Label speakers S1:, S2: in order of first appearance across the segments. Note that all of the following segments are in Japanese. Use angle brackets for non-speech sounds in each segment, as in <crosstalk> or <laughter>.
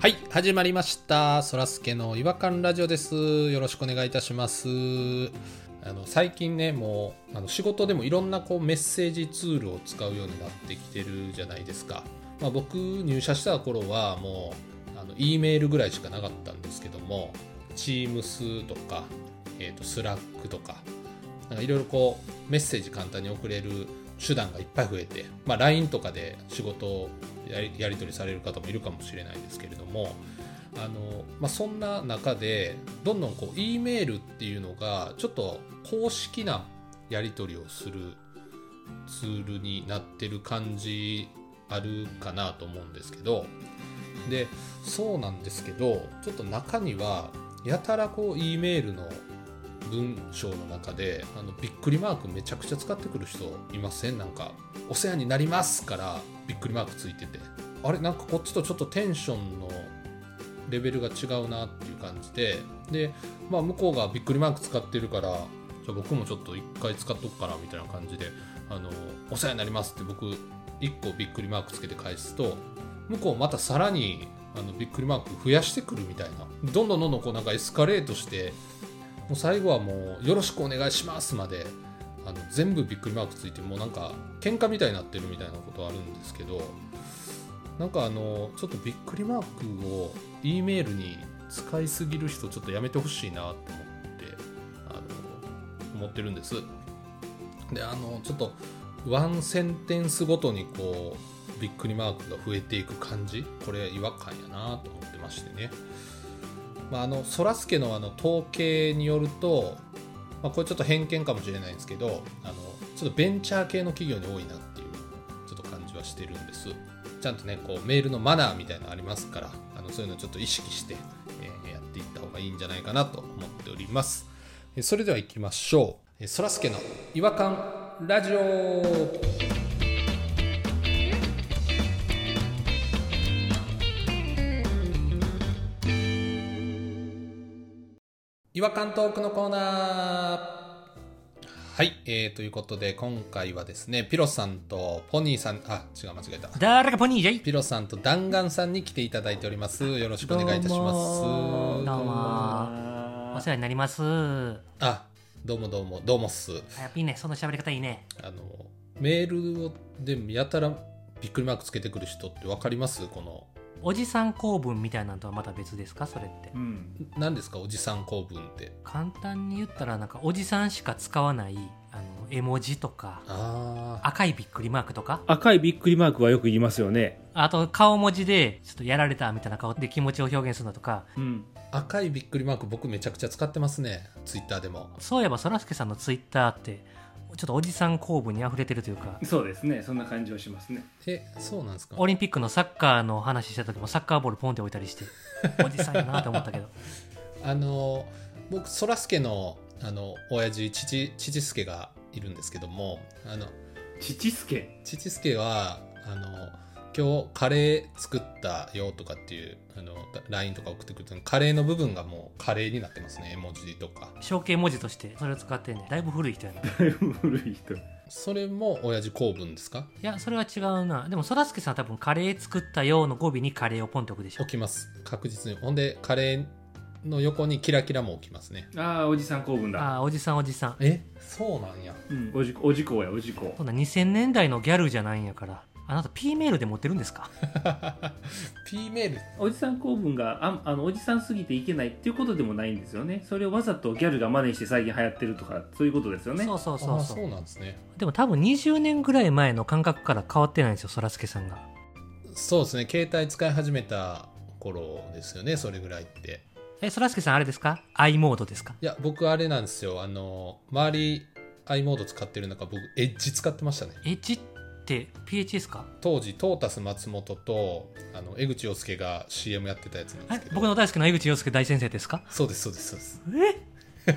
S1: はい、始まりました。そらすけの違和感ラジオです。よろしくお願いいたします。あの最近ね、もうあの仕事でもいろんなこうメッセージツールを使うようになってきてるじゃないですか。まあ、僕入社した頃はもうあの E メールぐらいしかなかったんですけども、Teams とか、えー、と Slack とか、なんかいろいろこうメッセージ簡単に送れる手段がいっぱい増えて、まあ、LINE とかで仕事をやりやり取りされる方もいるかもしれないですけれどもあの、まあ、そんな中でどんどんこう E メールっていうのがちょっと公式なやり取りをするツールになってる感じあるかなと思うんですけどでそうなんですけどちょっと中にはやたらこう E メールの文章の中であのびっくりマークめちゃくちゃ使ってくる人いませんなんか「お世話になります」からびっくりマークついててあれなんかこっちとちょっとテンションのレベルが違うなっていう感じでで、まあ、向こうがびっくりマーク使ってるからじゃあ僕もちょっと一回使っとくかなみたいな感じで「あのお世話になります」って僕一個びっくりマークつけて返すと向こうまたさらにあのびっくりマーク増やしてくるみたいなどんどんどんどんこうなんかエスカレートしてもう最後はもう「よろしくお願いします」まであの全部びっくりマークついてもうなんか喧嘩みたいになってるみたいなことあるんですけどなんかあのちょっとびっくりマークを E メールに使いすぎる人ちょっとやめてほしいなと思ってあの思ってるんです。であのちょっとワンセンテンスごとにこうびっくりマークが増えていく感じこれ違和感やなと思ってましてね。まあ、あのそらすけのあの統計によると、まあ、これちょっと偏見かもしれないんですけどあのちょっとベンチャー系の企業に多いなっていうちょっと感じはしてるんですちゃんとねこうメールのマナーみたいなのありますからあのそういうのちょっと意識して、えーやっていった方がいいんじゃないかなと思っておりますえーそれでは行きましょうえーそらすけの違和感ラジオ違和感トークのコーナーはい、えー、ということで今回はですねピロさんとポニーさんあ違う間違えた
S2: 誰かポニーじゃい
S1: ピロさんと弾丸さんに来ていただいておりますよろしくお願いいたします
S2: どうもどうもお世話になりますあ
S1: あどうもどうもどうもっす
S2: やっぱいいねその喋り方いいね
S1: あのメールをでやたらびっくりマークつけてくる人って分かりますこの
S2: おじさん公文みたいなのとはまた別ですかそれって
S3: うん、
S1: 何ですかおじさん構文って
S2: 簡単に言ったらなんかおじさんしか使わないあの絵文字とか
S1: ああ
S2: 赤いびっくりマークとか
S3: 赤いびっくりマークはよく言いますよね、
S2: あと顔文字でちょっとやられたみたいな顔で気持ちを表現するのとか
S3: うん、
S1: 赤いびっくりマーク僕めちゃくちゃ使ってますねツイッターでも
S2: そういえばそらすけさんのツイッターってちょっとおじさん公文に溢れてるというか
S3: そうですねそんな感じをしますね
S1: えそうなんですか
S2: オリンピックのサッカーの話した時もサッカーボールポンって置いたりしておじさんやなと思ったけど <laughs>
S1: あの僕そらすけのあの親父父父助がいるんですけどもあの
S3: 父助
S1: 父助はあの今日カレー作ったよとかっていうあの LINE とか送ってくるとカレーの部分がもうカレーになってますね絵文字とか
S2: 象形文字としてそれを使ってんねだいぶ古い人やない
S3: 古い人
S1: それも親父公文ですか
S2: やそれは違うなでもそらすけさんは多分カレー作ったようの語尾にカレーをポンって置くでしょ
S1: 置きます確実にほんでカレーの横にキラキラも置きますね
S3: ああおじさん公文だ、
S2: ああおじさんおじさん
S1: えそうなん <laughs> や
S3: うん、おじおじこうやおじこ
S2: そんな2000年代のギャルじゃないんやからあなた P メールで持ってるんですか
S1: P メール
S3: うおじさん公文がああのおじさんすぎていけないっていうことでもないんですよねそれをわざとギャルが真似して最近流行ってるとかそういうことですよね
S2: そうそうそ
S1: あ
S2: う
S1: そ
S2: そう
S1: うなんですね
S2: でも多分20年ぐらい前の感覚から変わってないんですよそらすけさんが
S1: そうですね携帯使い始めた頃ですよねそれぐらいって
S2: えそらすけさんあれですか i モードですか
S1: いや僕あれなんですよあの周り i モード使ってる中僕エッジ使ってましたね
S2: エッジって PH ですか
S1: 当時トータス松本とあの江口洋介が CM やってたやつなんで
S2: え
S1: すけど
S2: 僕の大好きな江口洋介大先生ですか
S1: そうですそうですそうで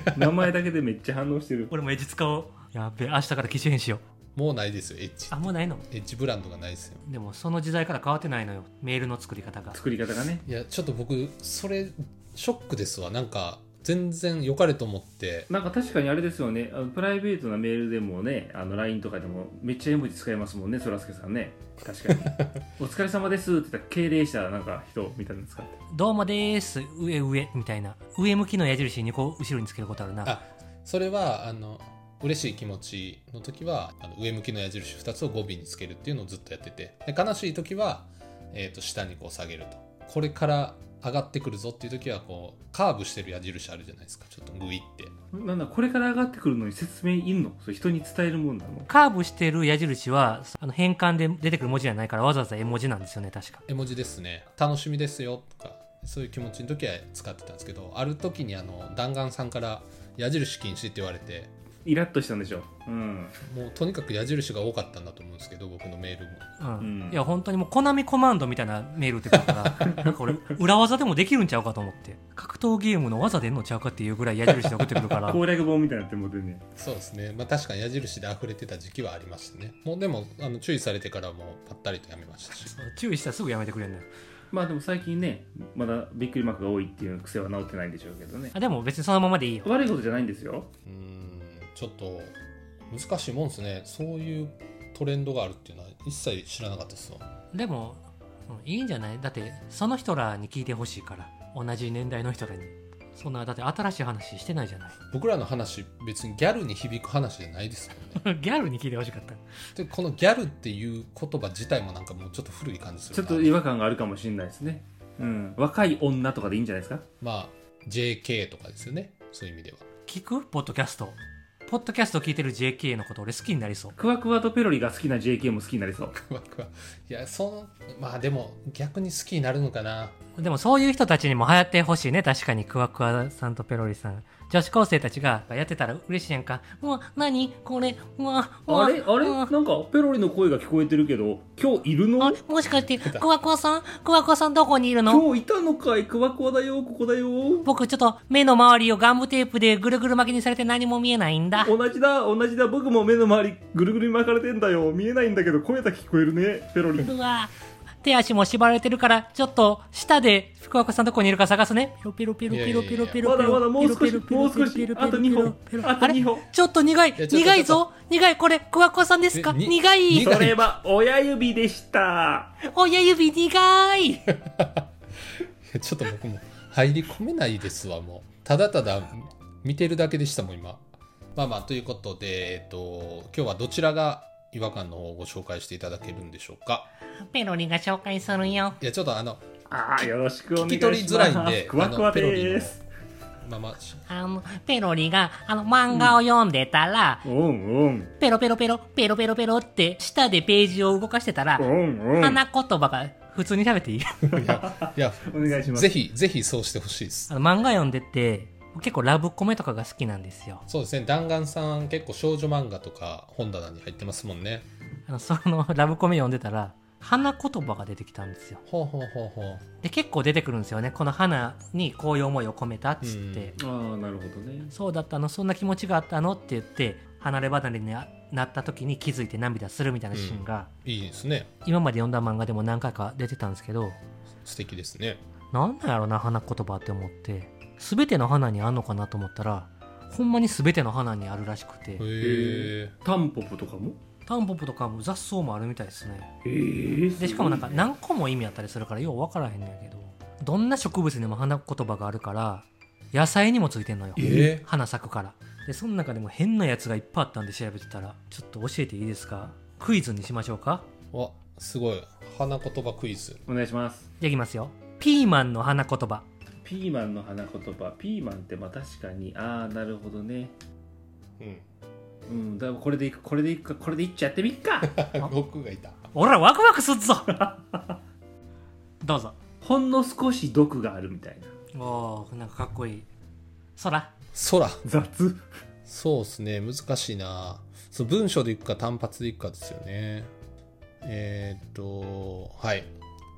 S1: す
S2: え
S3: 名前だけでめっちゃ反応してる
S2: 俺もエッジ使おうやっべ明日から機種変しよう
S1: もうないですよエッジ
S2: あもうないの
S1: エッジブランドがないですよ
S2: でもその時代から変わってないのよメールの作り方が
S3: 作り方がね
S1: いやちょっと僕それショックですわなんか全然良かれと思って
S3: なんか確かにあれですよねあのプライベートなメールでもねあの LINE とかでもめっちゃ絵文字使いますもんねそらすけさんね確か <laughs> に「お疲れ様です」って言ったら敬礼したなんか人みたいなの使って
S2: どうもです上上みたいな上向きの矢印にこう後ろにつけることあるな
S1: あそれはあの嬉しい気持ちの時はあの上向きの矢印2つを語尾につけるっていうのをずっとやっててで悲しい時は、えー、と下にこう下げるとこれから上がってくるぞっていう時はこうカーブしてる矢印あるじゃないですかちょっとグイって
S3: なんだこれから上がってくるのに説明いんのそれ人に伝えるもんなの
S2: カーブしてる矢印はあの変換で出てくる文字じゃないからわざわざ絵文字なんですよね確か
S1: 絵文字ですね楽しみですよとかそういう気持ちの時は使ってたんですけどある時にあの弾丸さんから矢印禁止って言われて
S3: イラッとしたんでしょうん
S1: もうとにかく矢印が多かったんだと思うんですけど僕のメールも
S2: うん
S3: うん
S2: いや本当にもうコナミコマンドみたいなメール打ってくるからなんか俺裏技でもできるんちゃうかと思って格闘ゲームの技出んのちゃうかっていうぐらい矢印で送ってくるから
S3: 攻略本みたいになってもうてんね
S1: そうですねまあ確かに矢印で溢れてた時期はありましたねもうでもあの注意されてからもうぱったりとやめましたし
S2: 注意したらすぐやめてくれるのよ
S3: まあでも最近ねまだびっくりマークが多いっていう癖は治ってないんでしょうけどね
S2: あでも別にそのままでいいよ
S3: 悪いことじゃないんですよ
S1: うーんちょっと難しいもんですねそういうトレンドがあるっていうのは一切知らなかったですわ
S2: でも、うんいいんじゃないだってその人らに聞いてほしいから同じ年代の人らにそんなだって新しい話してないじゃない
S1: 僕らの話別にギャルに響く話じゃないですもんね
S2: ギャルに聞いてほしかった
S1: でこのギャルっていう言葉自体もなんかもうちょっと古い感じす
S3: ち
S1: る
S3: ょっ
S1: な
S3: と違和感があるかもしれないですねうん若い女とかでいいんじゃないですか
S1: まあ JK とかですよねそういう意味では <laughs>
S2: 聞くポッドキャストポッドキャスト聞いてる JK のこと俺好きになりそう
S3: クワクワとペロリが好きな JK も好きになりそう
S1: 僕はいやそのまあでも逆に好きになるのかな
S2: でもそういう人たちにも流行ってほしいね確かにクワクワさんとペロリさん女子高生たちがやってたら嬉しいやんかうわ何これうわうわ
S3: あれあれ
S2: う
S3: な
S2: わ
S3: んかペロリの声が聞こえてるけど今日いる
S2: あ
S3: の
S2: れもしかしてクワクワさんクワクワさんどこにいるの
S3: 今日いたのかいクワクワだよここだよ
S2: 僕ちょっと目の周りをガムテープでぐるぐる巻きにされて何も見えないんだ
S3: 同じだ同じだ僕も目の周りぐるぐるに巻かれてんだよ見えないんだけど声だけ聞こえるねペロリ
S2: うわ手足も縛られてるからちょっと舌でクワクワさんどこにいるか探すねピロピロピロピロピロピロ
S3: ま
S2: ピ
S3: だまだ
S2: ロ
S3: もう少
S2: ピ
S3: し
S2: ロピ
S3: も
S2: ロ
S3: う
S2: ピロ
S3: 少
S2: ピ
S3: し
S2: ロ
S3: あと
S2: ピ
S3: 2
S2: ロ
S3: 本
S2: ピロ
S3: あと
S2: あれ
S3: 2本
S2: ちょっと苦い
S1: やちょっと
S2: 苦い
S1: ちょ
S2: ぞ苦いこれクワクワさんですか
S1: えに
S2: 苦い
S1: 苦
S3: それは親指でした
S2: 親指苦い
S1: <laughs> ちょっと僕も入り込めないですわ、もう。ただただ見てるだけでしたもん、今。まあまあ、ということで、えっと、今日はどちらが違和感の方をご紹介していただけるんでしょうか。
S2: ペロリが紹介するよ
S1: いや、ちょっとあの、
S3: ああよろしくお願いします
S1: 聞き取りづらいんで、
S3: ク <laughs> ワクワです
S1: あの。ペロリのまあまあ、し
S2: あのペロリがあの漫画を読んでたら、
S3: うんうん
S2: ペロペロペロペロペロペロって舌でページを動かしてたら、
S3: うんうん
S2: 花言葉が普通に喋っていい
S1: いや、いや、
S3: お願い <laughs> します
S1: ぜひ、ぜひそうしてほしいです
S2: あ。の漫画読んでて結構ラブコメとかが好きなんですよ
S1: そうですね、弾丸さん、結構少女漫画とか本棚に入ってますもんね。
S2: あのその <laughs> ラブコメ読んでたら花言葉が出てきたんですよ
S1: ほうほうほうほう。
S2: で結構出てくるんですよねこの花にこういう思いを込めたっつって、
S3: ああなるほどね
S2: そうだったのそんな気持ちがあったのって言って離れ離れにななった時に気づいて涙するみたいなシーンが、
S1: いいですね。
S2: 今まで読んだ漫画でも何回か出てたんですけど
S1: 素敵ですね。
S2: なんなんやろな花言葉って思って全ての花にあんのかなと思ったらほんまに全ての花にあるらしくて
S1: へえ。
S3: タンポポとかも
S2: タンポポとかも雑草もあるみたいですね
S3: ええ
S2: でしかもなんか何個も意味あったりするからよう分からへんねんけどどんな植物にも花言葉があるから野菜にもついてんのよ
S1: え
S2: 花咲くからでその中でも変なやつがいっぱいあったんで調べてたらちょっと教えていいですかクイズにしましょうか
S1: わ、すごい。花言葉クイズ。
S3: お願いします
S2: じゃあいきますよピーマンの花言葉
S3: ピーマンの花言葉ピーマンってまあ確かにああなるほどね
S1: うん。
S3: うんだからこれでいくこれでいくかこれでいっちゃってみっ <laughs> か
S1: 僕がいた。
S2: 俺らワクワクすっぞ <laughs> どうぞ
S3: ほんの少し毒があるみたいな
S2: おーなんかかっこいい空
S1: 空。
S3: 雑
S1: そうですね、難しいな。その文章でいくか単発でいくかですよね。えーっと、はい。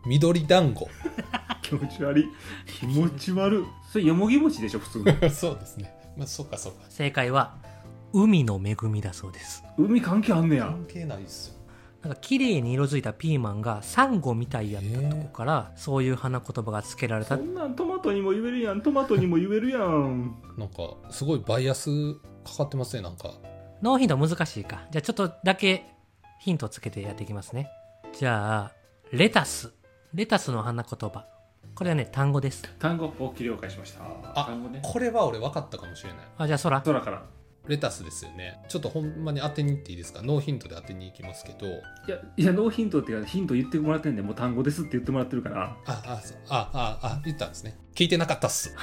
S1: 緑団子。
S3: 気持ち悪い気持ち悪いそれよもぎ餅でしょ普通
S1: <laughs>
S3: の
S1: そうですね。まあ、そうかそうか。
S2: 正解は海の恵みだそうです
S3: 海関係あんねや
S1: 関係ないですよ。
S2: なんか綺麗に色づいたピーマンがサンゴみたいやったとこからそういう花言葉が付けられた
S3: そんなんトマトにも言えるやんトマトにも言えるやん
S1: なんかすごいバイアスかかってますねなんか
S2: ノーヒント難しいかじゃあちょっとだけヒントつけてやっていきますねじゃあレタスレタスの花言葉これはね単語です
S3: 単語を切り了解しました
S1: あ
S3: 単語ね
S1: これは俺分かったかもしれない
S2: あじゃあ空
S3: 空から
S1: レタスですよねちょっとほんまに当てに行っていいですかノーヒントで当てに行きますけど
S3: いやいやノーヒントっていうかヒント言ってもらってんでもう単語ですって言ってもらってるから
S1: ああそうあああ言ったんですね聞いてなかったっす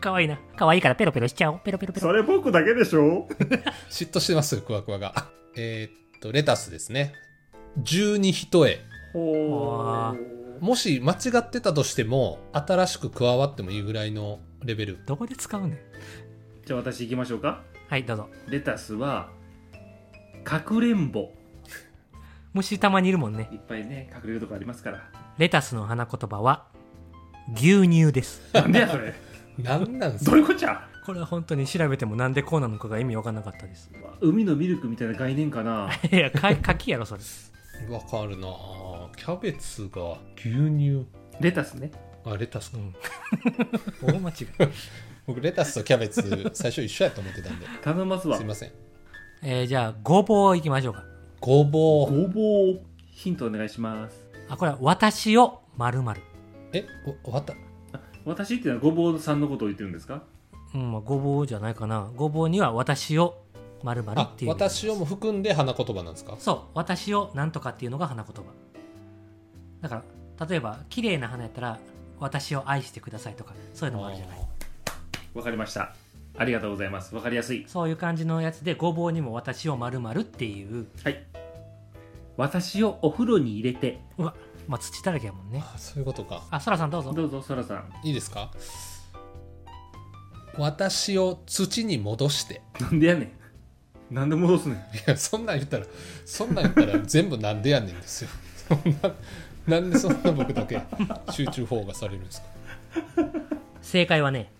S2: かわいいなかわいいからペロペロしちゃおうペロペロペロ
S3: それ僕だけでしょ
S1: 嫉妬してますクワクワが <laughs> あえーっとレタスですね十二一重
S3: ほ
S2: あ
S1: もし間違ってたとしても新しく加わってもいいぐらいのレベル
S2: どこで使うねん
S3: じゃあ私行きましょうか
S2: はいどうぞ
S3: レタスはかくれんぼ
S2: 虫たまにいるもんね
S3: いっぱいね隠れるとこあります
S1: <laughs>
S3: から
S2: レタスの花言葉は牛乳です
S3: なんでやそれ
S1: なんなんす
S3: ど
S1: か
S3: ういうこっちゃ
S2: これは本当に調べてもなんでこうなのかが意味わかんなかったです
S3: <laughs> 海のミルクみたいな概念かない
S2: やか柿やろそ
S3: <laughs>
S2: れ
S1: わかるなぁキャベツが牛乳
S3: レタスね
S1: あレタスか
S2: うん大間違い、
S1: 僕レタスとキャベ
S2: <laughs>
S1: ツ最初一緒やと思ってたんで
S3: 頼ますわ
S1: すいません
S2: えーじゃあごぼういきましょうか
S1: ごぼう
S3: ごぼうヒントお願いします
S2: あこれは私をまるまる
S1: えおわた
S3: 私っていうのはごぼうさんのことを言ってるんですか
S2: うんまあごぼうじゃないかなごぼうには私をまるまる
S1: あ
S2: っていう意味
S1: 私をも含んで花言葉なんですか
S2: そう私をなんとかっていうのが花言葉だから例えば綺麗な花やったら私を愛してくださいとかそういうのもあるじゃない
S3: わかりましたありがとうございますわかりやすい
S2: そういう感じのやつでごぼうにも私をまるまるっていう
S3: はい私をお風呂に入れて
S2: うわまあ土だらけやもんね
S1: あそういうことか
S2: あそらさんどうぞ
S3: どうぞそらさん
S1: いいですか私を土に戻して
S3: なんでやねんなんで戻すねん
S1: いやそんなん言ったらそんなん言ったら全部なんでやねんですよ <laughs> そんななんでそんな僕だけ集中砲がされるんですか
S2: 正解はね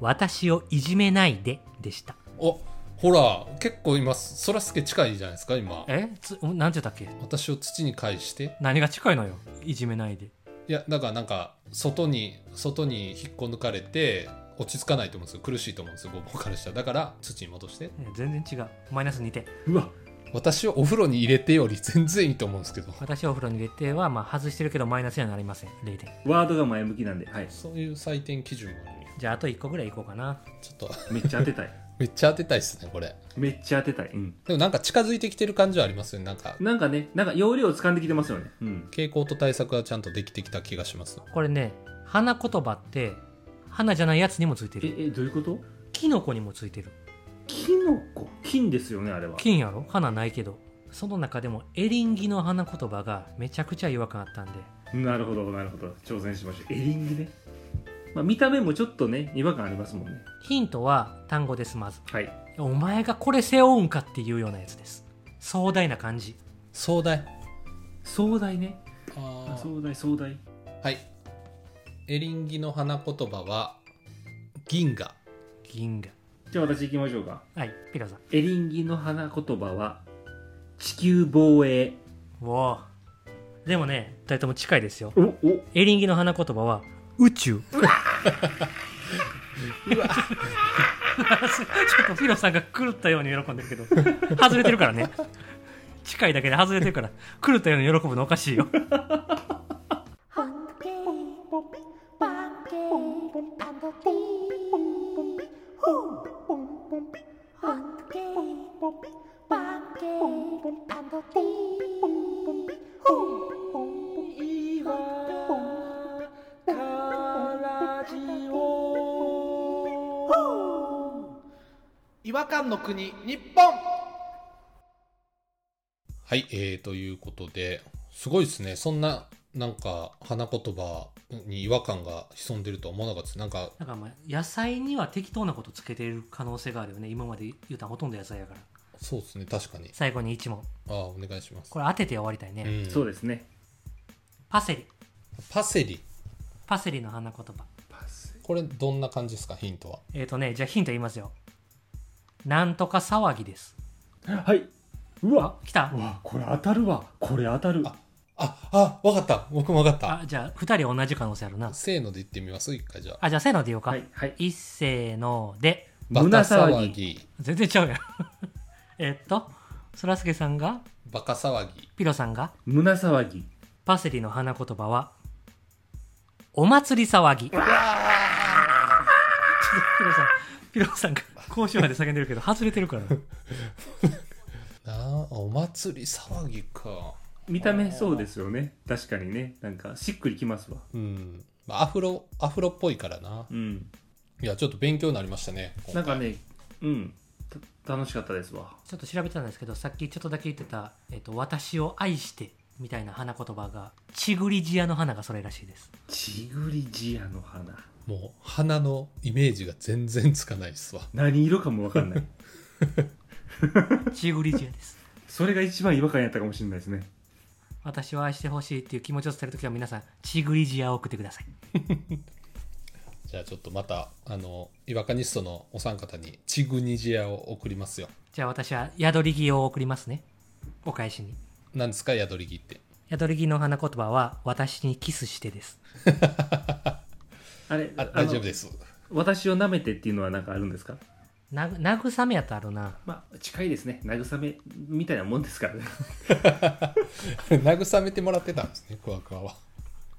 S2: 私をいじめないででした
S1: おほら結構今そらすけ近いじゃないですか今
S2: えつなんて言ったっけ
S1: 私を土に返して
S2: 何が近いのよいじめないで
S1: いやだからなんか外に外に引っこ抜かれて落ち着かないと思うんですよ苦しいと思うんですよごぼうからしたらだから土に戻して
S2: え全然違うマイナス2点
S3: うわ
S1: 私をお風呂に入れてより全然いいと思うんですけど
S2: 私をお風呂に入れては、まあ、外してるけどマイナスにはなりません0点
S3: ワードが前向きなんではい
S1: そういう採点基準もあるんや
S2: じゃああと1個ぐらいいこうかな
S1: ちょっと
S3: めっちゃ当てたい
S1: めっちゃ当てたいっすねこれ
S3: めっちゃ当てたいうん
S1: でもなんか近づいてきてる感じはありますよねなんか
S3: なんかねなんか要領を掴んできてますよねうん
S1: 傾向と対策はちゃんとできてきた気がします
S2: これね花言葉って花じゃないやつにもついて
S3: え
S2: る
S3: えどういうこと
S2: キノコにもついてる
S3: キノコ金ですよねあれは
S2: 金やろ花ないけどその中でもエリンギの花言葉がめちゃくちゃ違和感あったんで
S3: なるほどなるほど挑戦しましょうエリンギね、まあ、見た目もちょっとね違和感ありますもんね
S2: ヒントは単語ですまず
S3: はい
S2: お前がこれ背負うんかっていうようなやつです壮大な感じ
S1: 壮大
S3: 壮大ねあ
S1: あー
S3: 壮大壮大
S1: はいエリンギの花言葉は銀河
S2: 銀河
S3: じゃあ私行きましょうか
S2: はいピラさん
S3: エリンギの花言葉は地球防衛
S2: うわあでもね2人とも近いですよ
S3: おお
S2: エリンギの花言葉は宇宙ちょっとピロさんが狂ったように喜んでるけど外れてるからね近いだけで外れてるから狂ったように喜ぶのおかしいよ
S4: Hunky,
S5: 違和感の国日本
S1: はい、えー、ということで、すごいですね。そんな、なんか、花言葉に違和感が潜んでるとは思わなかったです。なんか、
S2: なんかまあ野菜には適当なことつけてる可能性があるよね今まで言うたらほとんど野菜やから
S1: そうですね、確かに。
S2: 最後に1問
S1: ああ、お願いします。
S2: これ当てて終わりたいうね、
S1: ん、
S3: そうですね
S2: パセリ
S1: パセリ。
S2: パセリの花言葉
S3: パス
S1: これ、どんな感じですか、ヒントは。
S2: えっ、ー、とねじゃあヒント言いますよなんとか騒ぎです
S3: はいうわ
S2: 来た
S3: うわこれ当たるわこれ当たる
S1: あああわかった僕もわかった
S2: あ、じゃあ、二人同じ可能性あるな。
S1: せーので言ってみます一回じゃあ
S2: あ、じゃあ、せーので言おうか。
S3: はいはい
S2: 一せーので。
S1: バカ騒ぎ
S2: 全然ちゃうやん。 <laughs> えっと、そらすけさんが、
S1: バカ騒ぎ
S2: ピロさんが、
S3: 胸騒ぎ
S2: パセリの花言葉は、お祭り騒ぎ。ちょっとピロさん、ピロさんが、講師まで叫んでるけど、外れてるから。
S1: なあお祭り騒ぎか
S3: 見た目そうですよね確かにねなんかしっくりきますわ
S1: うん、まあ、アフロアフロっぽいからな
S3: うん
S1: いやちょっと勉強になりましたね
S3: なんかねうんた楽しかったですわ
S2: ちょっと調べたんですけど、さっきちょっとだけ言ってた、えっと、私を愛して、みたいな花言葉が、チグリジアの花がそれらしいです。
S3: チグリジアの花
S1: もう花のイメージが全然つかないっすわ
S3: 何色かもわかんない <laughs>
S2: チグリジアです。
S3: それが一番違和感やったかもしれないですね
S2: 私を愛してほしいっていう気持ちを伝えるときは皆さん、チグリジアを送ってください。
S1: じゃあちょっとまたあのイワカニストのお三方にチグニジアを送りますよ
S2: じゃあ私は宿り木を送りますね。お返しに。
S1: なんですか宿り木って
S2: 宿り木の花言葉は、私にキスしてです。
S3: あれ
S1: あ
S3: の
S1: 大丈夫です <laughs>
S3: 私を舐めてっていうのは何かあるんですか
S2: なぐ慰めやったらあるな。
S3: まあ近いですね慰めみたいなもんです <laughs> からね
S1: 慰めてもらってたんですねクワクワは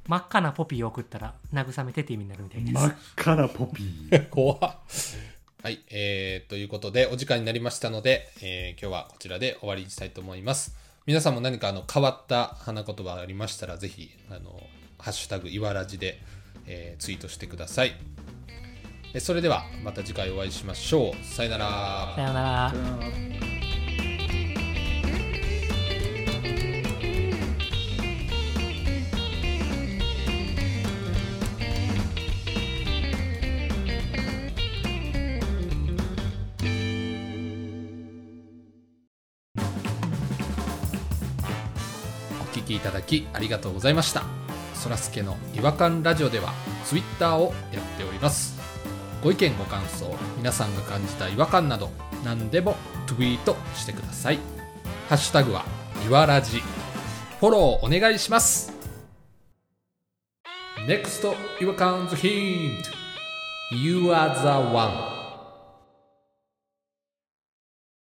S2: 真っ赤なポピーを送ったら、慰めてって意味になるみたいです。
S3: 赤なポピー
S1: 怖っはいえー、ということでお時間になりましたので、えー今日はこちらで終わりにしたいと思います皆さんも何かあの変わった花言葉ありましたらぜひあの「ハッシュタグいわらじで」えーツイートしてくださいえそれではまた次回お会いしましょうさよなら
S2: さようなら。
S1: お聞きいただきありがとうございましたそらすけの違和感ラジオではツイッターをやっておりますご意見ご感想皆さんが感じた違和感など何でもツイートしてくださいハッシュタグはいわらじフォローお願いします NEXT 違和感ズヒント You are the one